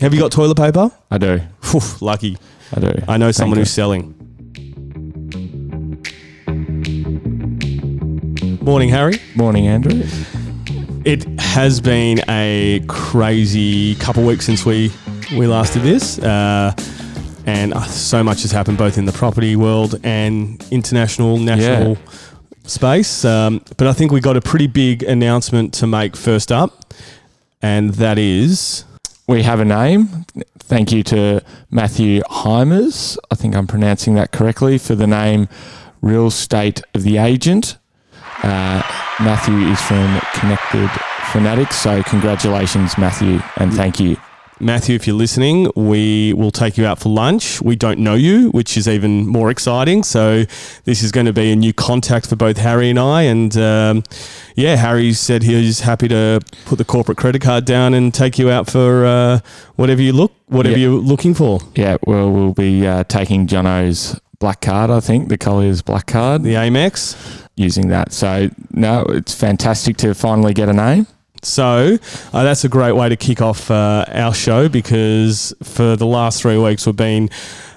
Have you got toilet paper? I do. Phew, lucky. I do. I know someone you. who's selling. Morning, Harry. Morning, Andrew. It has been a crazy couple weeks since we we last did this, uh, and uh, so much has happened both in the property world and international, national space. Um, but I think we got a pretty big announcement to make first up, and that is We have a name. Thank you to Matthew Hymers. I think I'm pronouncing that correctly for the name Real State of the Agent. Uh, Matthew is from Connected Fanatics. So, congratulations, Matthew, and thank you. Matthew, if you're listening, we will take you out for lunch. We don't know you, which is even more exciting. So, this is going to be a new contact for both Harry and I. And um, yeah, Harry said he's happy to put the corporate credit card down and take you out for uh, whatever you look, whatever Yeah. you're looking for. Yeah, well, we'll be uh, taking Jono's black card, I think, the Collier's black card, The Amex. using that. So, no, it's fantastic to finally get a name. So uh, that's a great way to kick off uh, our show because for the last three weeks we've been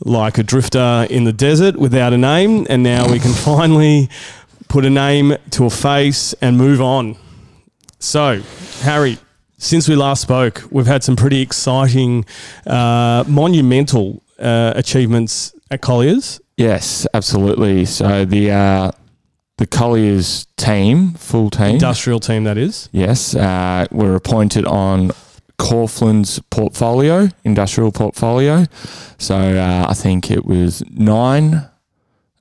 like a drifter in the desert without a name, and now we can finally put a name to a face and move on. So, Harry, since we last spoke, we've had some pretty exciting, uh, monumental uh, achievements at Collier's. Yes, absolutely. So, the. Uh, the Collier's team, full team, Industrial team, that is. Yes, uh, we're appointed on Corfland's portfolio, industrial portfolio. So uh, I think it was nine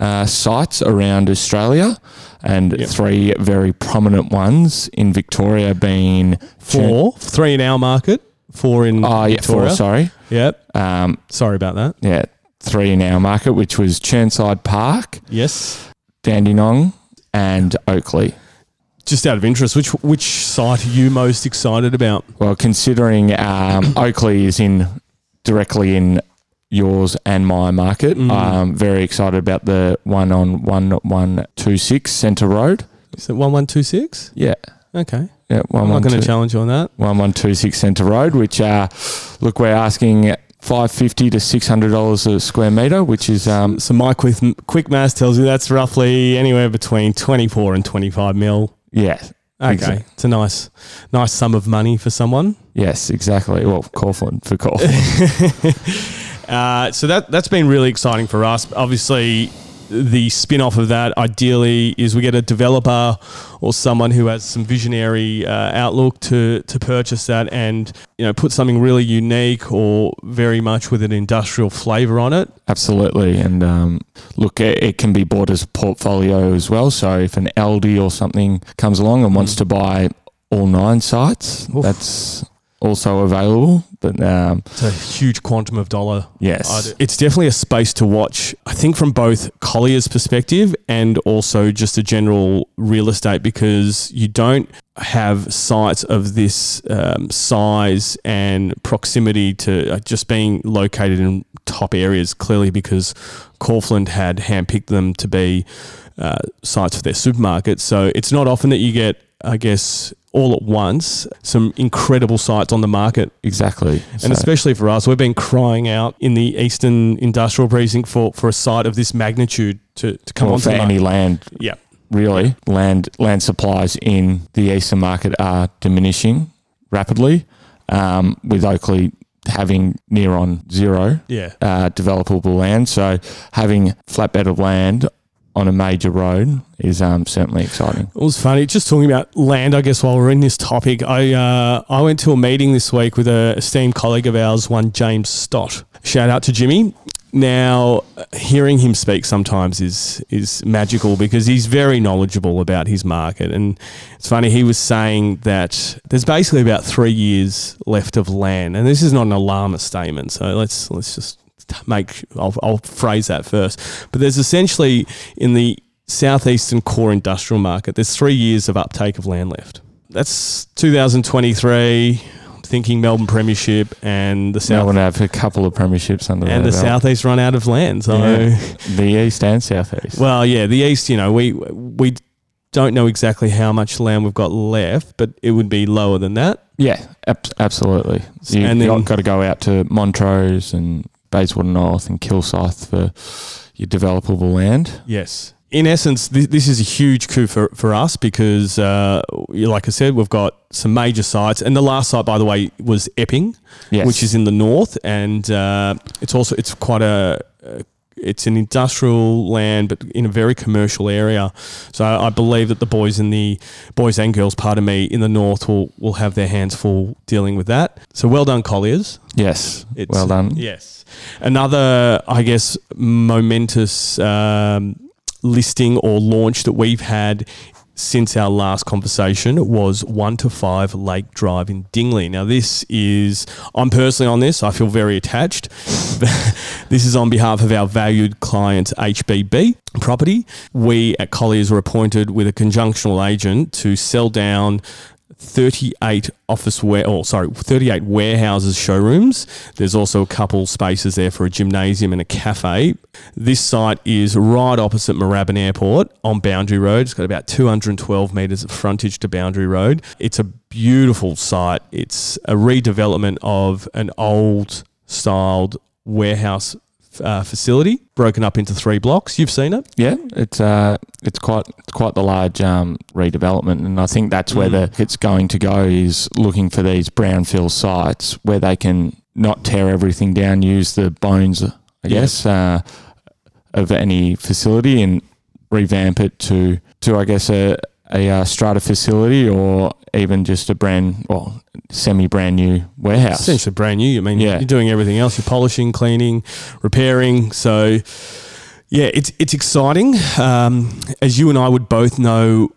uh, sites around Australia, and Yep. three very prominent ones in Victoria being Churn- Four, three in our market, four in Oh, yeah, Victoria. four. Sorry. Yep. Um, Sorry about that. yeah, three in our market, which was Churnside Park, Yes. Dandenong, and Oakley. just out of interest, which which site are you most excited about? Well, considering um, Oakley is in directly in yours and my market, Mm. I'm very excited about the one on one one two six Centre Road. Is it one one two six? Yeah, Okay, yeah, I'm one not one going to two challenge you on that. one one two six Centre Road. Which uh, look, we're asking five fifty to six hundred dollars a square meter, which is um, So my quick quick maths tells you that's roughly anywhere between twenty four and twenty five mil. yeah, Okay, Exact- it's a nice nice sum of money for someone. yes, exactly. Well, Corfland for Corfland. Uh, so that that's been really exciting for us. Obviously, the spin off of that ideally is we get a developer or someone who has some visionary uh, outlook to to purchase that and you know put something really unique or very much with an industrial flavour on it. Absolutely, and um, look, it, it can be bought as a portfolio as well. So if an LD or something comes along and wants to buy all nine sites, Mm. Oof. that's also available. But um, It's a huge quantum of dollar yes, It's definitely a space to watch, I think, from both Collier's perspective and also just a general real estate because you don't have sites of this um, size and proximity to uh, just being located in top areas, clearly, because Corfland had handpicked them to be uh, sites for their supermarkets. So it's not often that you get, I guess, all at once, some incredible sites on the market. exactly. And So- especially for us, we've been crying out in the Eastern Industrial Precinct for, for a site of this magnitude to, to come well, onto for the any market. land, Yeah. really, land land supplies in the eastern market are diminishing rapidly, um, with Oakley having near on zero. Yeah. uh, developable land. So having flatbed of land on a major road is um, certainly exciting. It was funny. Just talking about land, I guess, while we're in this topic, I uh, I went to a meeting this week with a esteemed colleague of ours, one James Stott. Shout out to Jimmy. Now, hearing him speak sometimes is is magical because he's very knowledgeable about his market, and it's funny. He was saying that there's basically about three years left of land, and this is not an alarmist statement. So let's let's just make I'll, I'll phrase that first but there's essentially in the southeastern core industrial market there's three years of uptake of land left that's 2023 I'm thinking melbourne premiership and the Now south we have a couple of premierships under and their the belt. southeast run out of land so Yeah. the east and southeast. well yeah the east you know we we don't know exactly how much land we've got left but it would be lower than that Yeah, ab- absolutely. You've And then- got, to go out to Montrose and Bayswater North and Kilsyth for your developable land. Yes. In essence, th- this is a huge coup for, for us because, uh, like I said, we've got some major sites. And the last site, by the way, was Epping, Yes. which is in the north. And uh, it's also, it's quite a, uh, it's an industrial land, but in a very commercial area. So I believe that the boys in the, boys and girls, pardon me, in the north will, will have their hands full dealing with that. So well done, Colliers. Yes. well done. Yes. Um, Another, I guess, momentous um, listing or launch that we've had since our last conversation was 1 to 5 Lake Drive in Dingley. Now, this is, I'm personally on this, I feel very attached. this is on behalf of our valued client, HBB Property. We at Colliers were appointed with a conjunctional agent to sell down 38 office ware or sorry 38 warehouses showrooms there's also a couple spaces there for a gymnasium and a cafe this site is right opposite Moorabbin Airport on Boundary Road it's got about 212 metres of frontage to Boundary Road it's a beautiful site it's a redevelopment of an old styled warehouse uh, facility broken up into three blocks you've seen it Yeah, it's uh, it's quite it's quite the large um, redevelopment, and I think that's where Mm. the it's going to go is looking for these brownfield sites where they can not tear everything down, use the bones, I guess, uh, of any facility and revamp it to to I guess a a uh, strata facility or even just a brand well semi brand new warehouse. Essentially brand new. I mean, Yeah. you're doing everything else. You're polishing, cleaning, repairing. So, yeah, it's it's exciting. Um, as you and I would both know,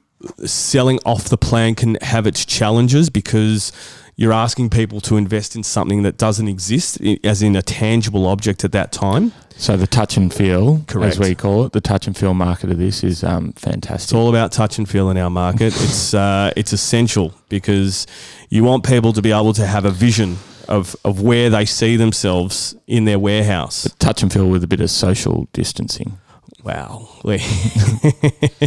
selling off the plan can have its challenges because you're asking people to invest in something that doesn't exist, i- as in a tangible object at that time. So the touch and feel, Correct. as we call it, the touch and feel market of this is um, fantastic. It's all about touch and feel in our market. It's uh, it's essential because you want people to be able to have a vision of of where they see themselves in their warehouse. touch and feel with a bit of social distancing. Wow. We-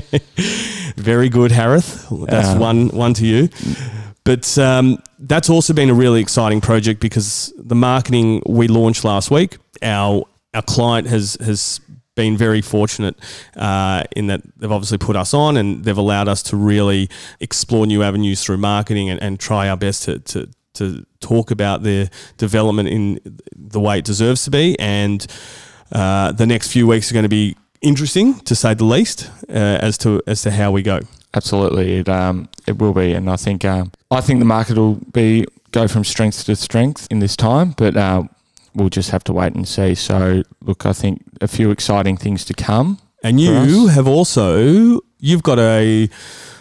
Very good, Harith. That's Um, one one to you. But um, that's also been a really exciting project because the marketing we launched last week, our our client has has been very fortunate uh, in that they've obviously put us on and they've allowed us to really explore new avenues through marketing and, and try our best to, to to talk about their development in the way it deserves to be and uh, the next few weeks are going to be interesting, to say the least, uh, as to as to how we go. Absolutely, it um, it will be, and I think um, I think the market will be go from strength to strength in this time, but uh, we'll just have to wait and see. So, look, I think a few exciting things to come. And For you us? have also you've got a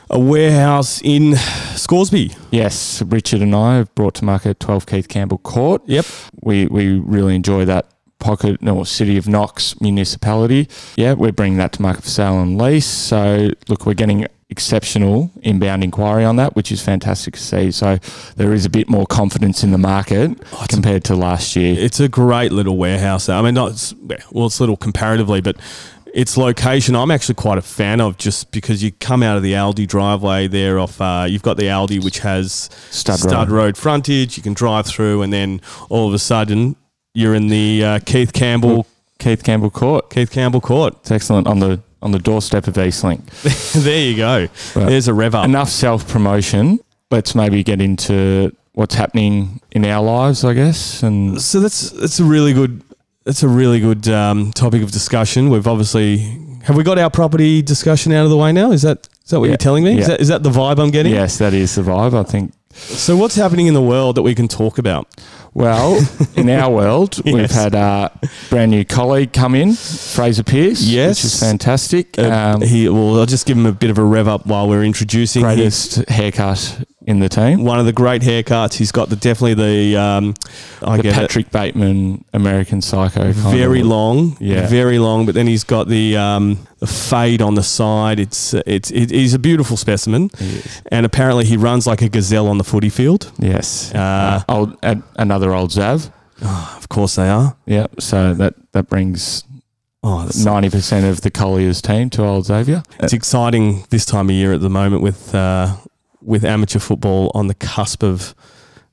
a warehouse in Scoresby. Yes, Richard and I have brought to market 12 Keith Campbell Court. Yep. we we really enjoy that pocket no city of Knox municipality. Yeah, we're bringing that to market for sale and lease. So look, we're getting exceptional inbound inquiry on that, which is fantastic to see. So there is a bit more confidence in the market compared to last year. It's a great little warehouse. I mean, not it's, well, it's little comparatively, but its location I'm actually quite a fan of, just because you come out of the Aldi driveway there. Off uh, you've got the Aldi, which has Stud Stud Road. Road frontage. You can drive through, and then all of a sudden you're in the uh, Keith Hmm. Campbell Keith Campbell Court. Keith Campbell Court. It's excellent on the on the doorstep of Eastlink. there you go. Right. There's a rev up. Enough self promotion. Let's maybe get into what's happening in our lives, I guess. And so that's that's a really good that's a really good um, topic of discussion. We've obviously have we got our property discussion out of the way now? Is that is that what Yeah. you're telling me? Is, Yeah. that, is that the vibe I'm getting? yes, that is the vibe. I think So what's happening in the world that we can talk about? Well, in our world, we've Yes. had a brand new colleague come in, Fraser Pierce. Yes. Which is fantastic. Uh, Um, he well, I'll just give him a bit of a rev up while we're introducing. He's greatest haircut in the team. one of the great haircuts. He's got the definitely the um, I the get it. Patrick Bateman American Psycho. Kind very of, long, Yeah. very long. But then he's got the, um, the fade on the side. It's it's it, he's a beautiful specimen, He is. and apparently he runs like a gazelle on the footy field. Yes. Uh, old, a- another old Zav. Of course they are. Yeah. So that, that brings Oh, that's, 90% of the Collier's team to old Xavier. it's exciting this time of year at the moment with uh, with amateur football on the cusp of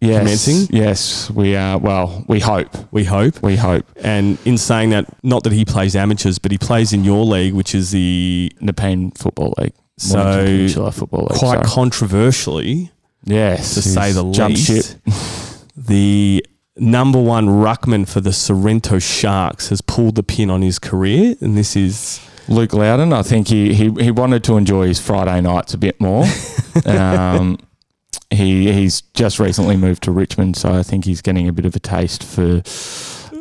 yes, commencing. Yes, we are. Well, we hope. We hope. We hope. And in saying that, not that he plays amateurs, but he plays in your league, which is the Nepean Football League. So, Mornington Peninsula Football League. quite sorry. controversially, yes, to say he's the jumped least, ship. the number one ruckman for the Sorrento Sharks has pulled the pin on his career, and this is Luke Loudon, I think he, he, he wanted to enjoy his Friday nights a bit more. um, he he's just recently moved to Richmond, so I think he's getting a bit of a taste for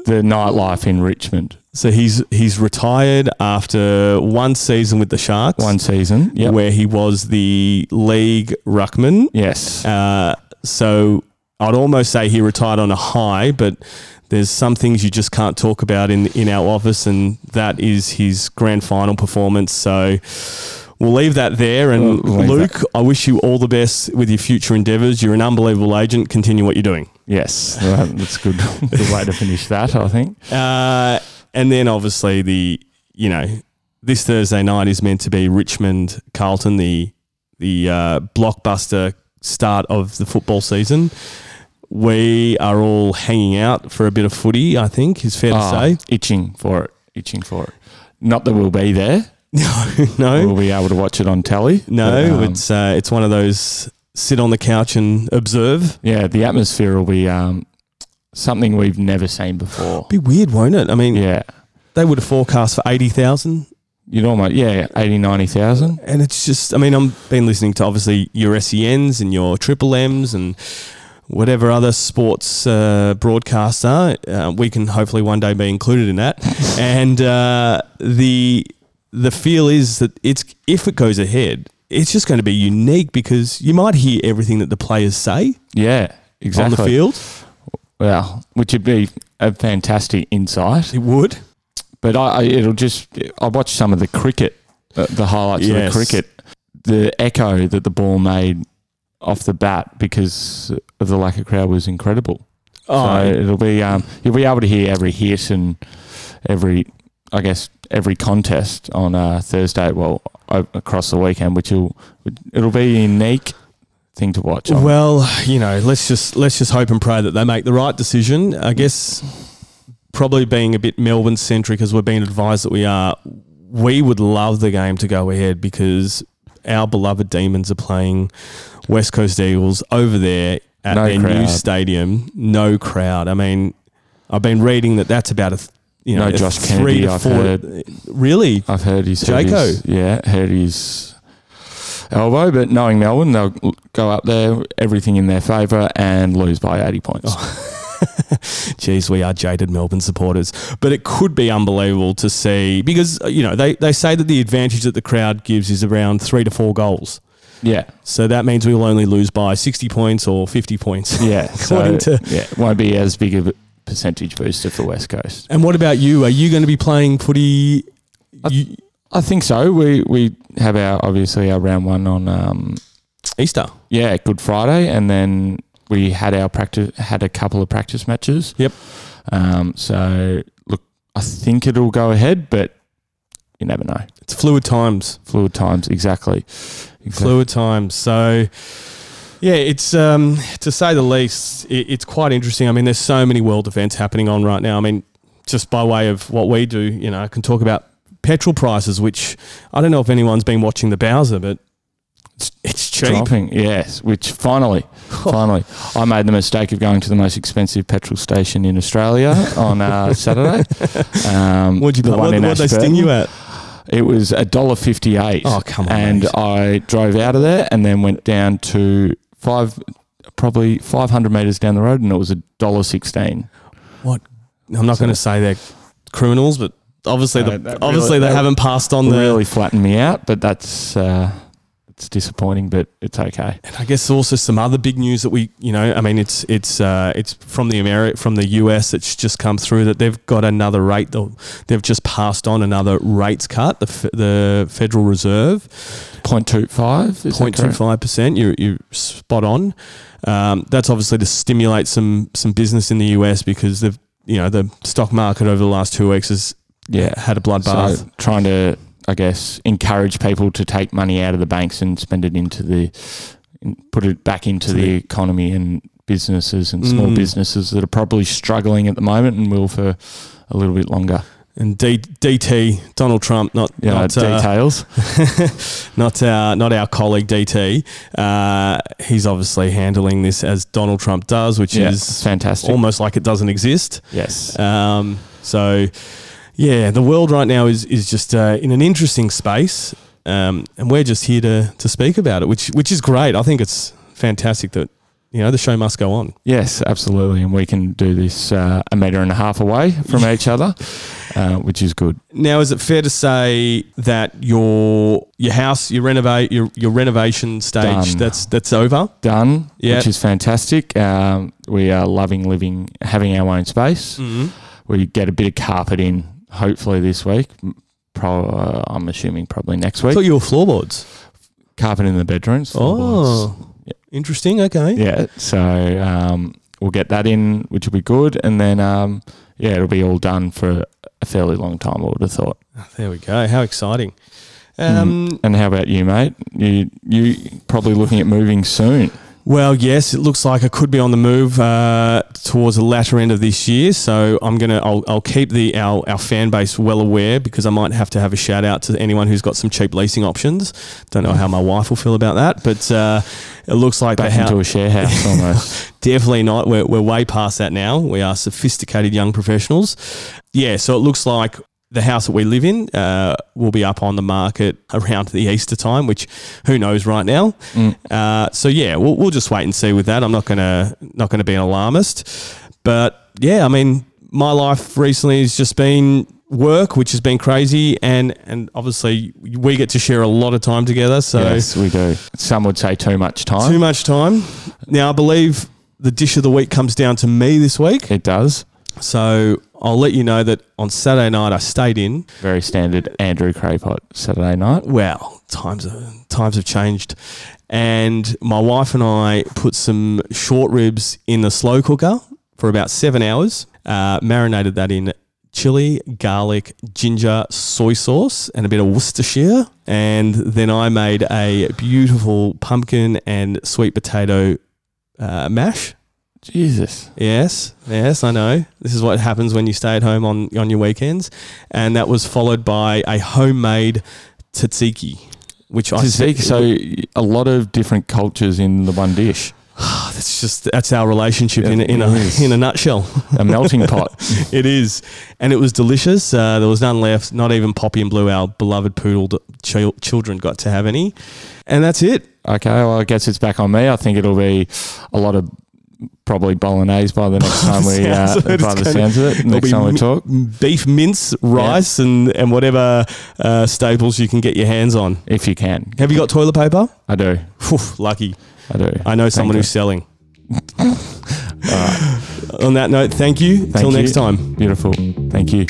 the nightlife in Richmond. so he's he's retired after one season with the Sharks, One season, yeah, where he was the league ruckman. yes, Uh, so I'd almost say he retired on a high, but there's some things you just can't talk about in in our office, and that is his grand final performance. So. We'll leave that there. And We'll leave Luke, I wish you all the best with your future endeavours. You're an unbelievable agent. Continue what you're doing. yes. Well, That's good. good way to finish that, I think. Uh, and then obviously the you know this Thursday night is meant to be Richmond Carlton the the uh, blockbuster start of the football season. We are all hanging out for a bit of footy. I think is fair to Ah, say. itching for it, itching for it. Not that we'll be there. No, no, We'll be able to watch it on telly. no. Oh, but, um, it's uh, it's one of those sit on the couch and observe. yeah, the atmosphere will be um, something we've never seen before. Be weird, won't it? I mean, Yeah. they would have forecast for eighty thousand. You'd almost, yeah, 80, 90,000. And it's just, I mean, I've been listening to obviously your SENs and your Triple M's and whatever other sports uh, broadcasts are. Uh, we can hopefully one day be included in that. and uh, the the feel is that it's if it goes ahead, it's just going to be unique because you might hear everything that the players say Yeah, exactly. on the field. Well, which would be a fantastic insight. It would. But I, I it'll just, I watched some of the cricket, uh, the highlights Yes. of the cricket, the echo that the ball made off the bat because of the lack of crowd was incredible. so Oh, it'll be, um, you'll be able to hear every hit and every, I guess, every contest on uh, Thursday, well, o- across the weekend, which will, it'll be a unique thing to watch. I Well, you know, let's just let's just hope and pray that they make the right decision. I guess probably being a bit Melbourne centric as we're being advised that we are, we would love the game to go ahead because our beloved Demons are playing West Coast Eagles over there at No their new crowd. stadium. No crowd. I mean, I've been reading that that's about a th- you know No a Josh three Kennedy, to I've four. heard. Really, I've heard he's Jaco. Hurt his, yeah, hurt his elbow. But knowing Melbourne, they'll go up there, everything in their favour, and lose by eighty points. Oh. Geez, we are jaded Melbourne supporters. But it could be unbelievable to see because, uh, you know, they, they say that the advantage that the crowd gives is around three to four goals. Yeah, So that means we will only lose by 60 points or 50 points. yeah. According to- yeah, it won't be as big of a percentage booster for West Coast. And what about you? Are you going to be playing footy? You, I think so. We we have our obviously our round one on um, Easter. yeah Good Friday, and then we had our practice had a couple of practice matches. Yep. Um, so look, I think it'll go ahead, but you never know. It's fluid times. Fluid times, exactly. exactly. Fluid times. So. Yeah, it's um, to say the least. It, it's quite interesting. I mean, there's so many world events happening on right now. I mean, just by way of what we do, you know, I can talk about petrol prices, which I don't know if anyone's been watching the Bowser, but it's, it's cheap. Dropping, yes. Which finally, Oh. finally, I made the mistake of going to the most expensive petrol station in Australia on uh, Saturday. Um, What'd you the pay? What, one in what'd they sting Ashburton. you at? It was a dollar fifty-eight. Oh, come on, And mate. I drove out of there and then went down to five, probably five hundred meters down the road, and it was a dollar sixteen. What? I'm not going to say they're criminals, but obviously, No, the, that obviously they really- that haven't passed on the. Really flattened me out, but that's uh, it's disappointing, but it's okay. I guess also some other big news that we, you know, I mean, it's it's uh, it's from the Ameri- from the US. It's just come through that they've got another rate. they'll- They've just passed on another rates cut. The f- the Federal Reserve, Point two five. Is that point two correct? five percent. You you spot on. Um, that's obviously to stimulate some some business in the US because they've you know the stock market over the last two weeks has Yeah. had a bloodbath. So trying to, I guess, encourage people to take money out of the banks and spend it into the, and put it back into To the, the- economy and businesses and small Mm. businesses that are probably struggling at the moment and will for a little bit longer. And D- DT, Donald Trump, not Yeah, not, uh, details. not our, not our colleague DT. Uh, he's obviously handling this as Donald Trump does, which Yeah, is fantastic. almost like it doesn't exist. yes. Uh, Um, so, yeah, the world right now is is just uh, in an interesting space, um, and we're just here to to speak about it, which which is great. I think it's fantastic that you know the show must go on. Yes, absolutely. And we can do this uh, a metre and a half away from each other, uh, which is good. Now, is it fair to say that your your house, your renovate, your your renovation stage Done. that's that's over? Done, Yeah. which is fantastic. Um, we are loving living, having our own space. Mm-hmm. We get a bit of carpet in, hopefully this week. M- Pro- uh, I'm assuming probably next I week. thought you were floorboards. carpet in the bedrooms. floorboards. Oh, interesting. Okay. yeah. So um, we'll get that in, which will be good, and then um, yeah, it'll be all done for a fairly long time. I would have thought. Ah, There we go. How exciting. Um, And how about you, mate? You you probably looking at moving soon. Well, yes, it looks like I could be on the move uh, towards the latter end of this year. So I'm gonna, I'll, I'll keep the our, our fan base well aware because I might have to have a shout out to anyone who's got some cheap leasing options. Don't know how my wife will feel about that, but uh, it looks like the Back house into a share house almost. definitely not. We're, we're way past that now. We are sophisticated young professionals. Yeah, so it looks like the house that we live in uh, will be up on the market around the Easter time, which who knows right now. Mm, Uh, so yeah, we'll, we'll just wait and see with that. I'm not gonna not gonna be an alarmist, but yeah, I mean, my life recently has just been work, which has been crazy, and and obviously we get to share a lot of time together. So yes, we do. Some would say too much time. too much time. Now, I believe the dish of the week comes down to me this week. it does. So I'll let you know that on Saturday night I stayed in. Very standard Andrew Crapot Saturday night. Well, times have, times have changed. And my wife and I put some short ribs in the slow cooker for about seven hours, uh, marinated that in chili, garlic, ginger, soy sauce, and a bit of Worcestershire. And then I made a beautiful pumpkin and sweet potato uh, mash. Jesus. Yes, yes, I know. This is what happens when you stay at home on, on your weekends. And that was followed by a homemade tzatziki, which I Tzatziki, so a lot of different cultures in the one dish. Oh, that's just that's our relationship Yeah, in, a- in it is. a in a nutshell. A melting pot. it is, and it was delicious. Uh, there was none left. Not even Poppy and Blue, our beloved poodle d- chil- children, got to have any. And that's it. Okay, well, I guess it's back on me. I think it'll be a lot of probably bolognese by the next time we, sounds uh, of it, by it's the gonna- sounds of it, it'll next be time we mi- talk. Beef mince, rice, and and whatever uh, staples you can get your hands on. If you can. Have you got toilet paper? I do. Phew, lucky. I do. I know someone you. who's selling. All right. On that note, thank you. Till you. next time. Beautiful. Thank you.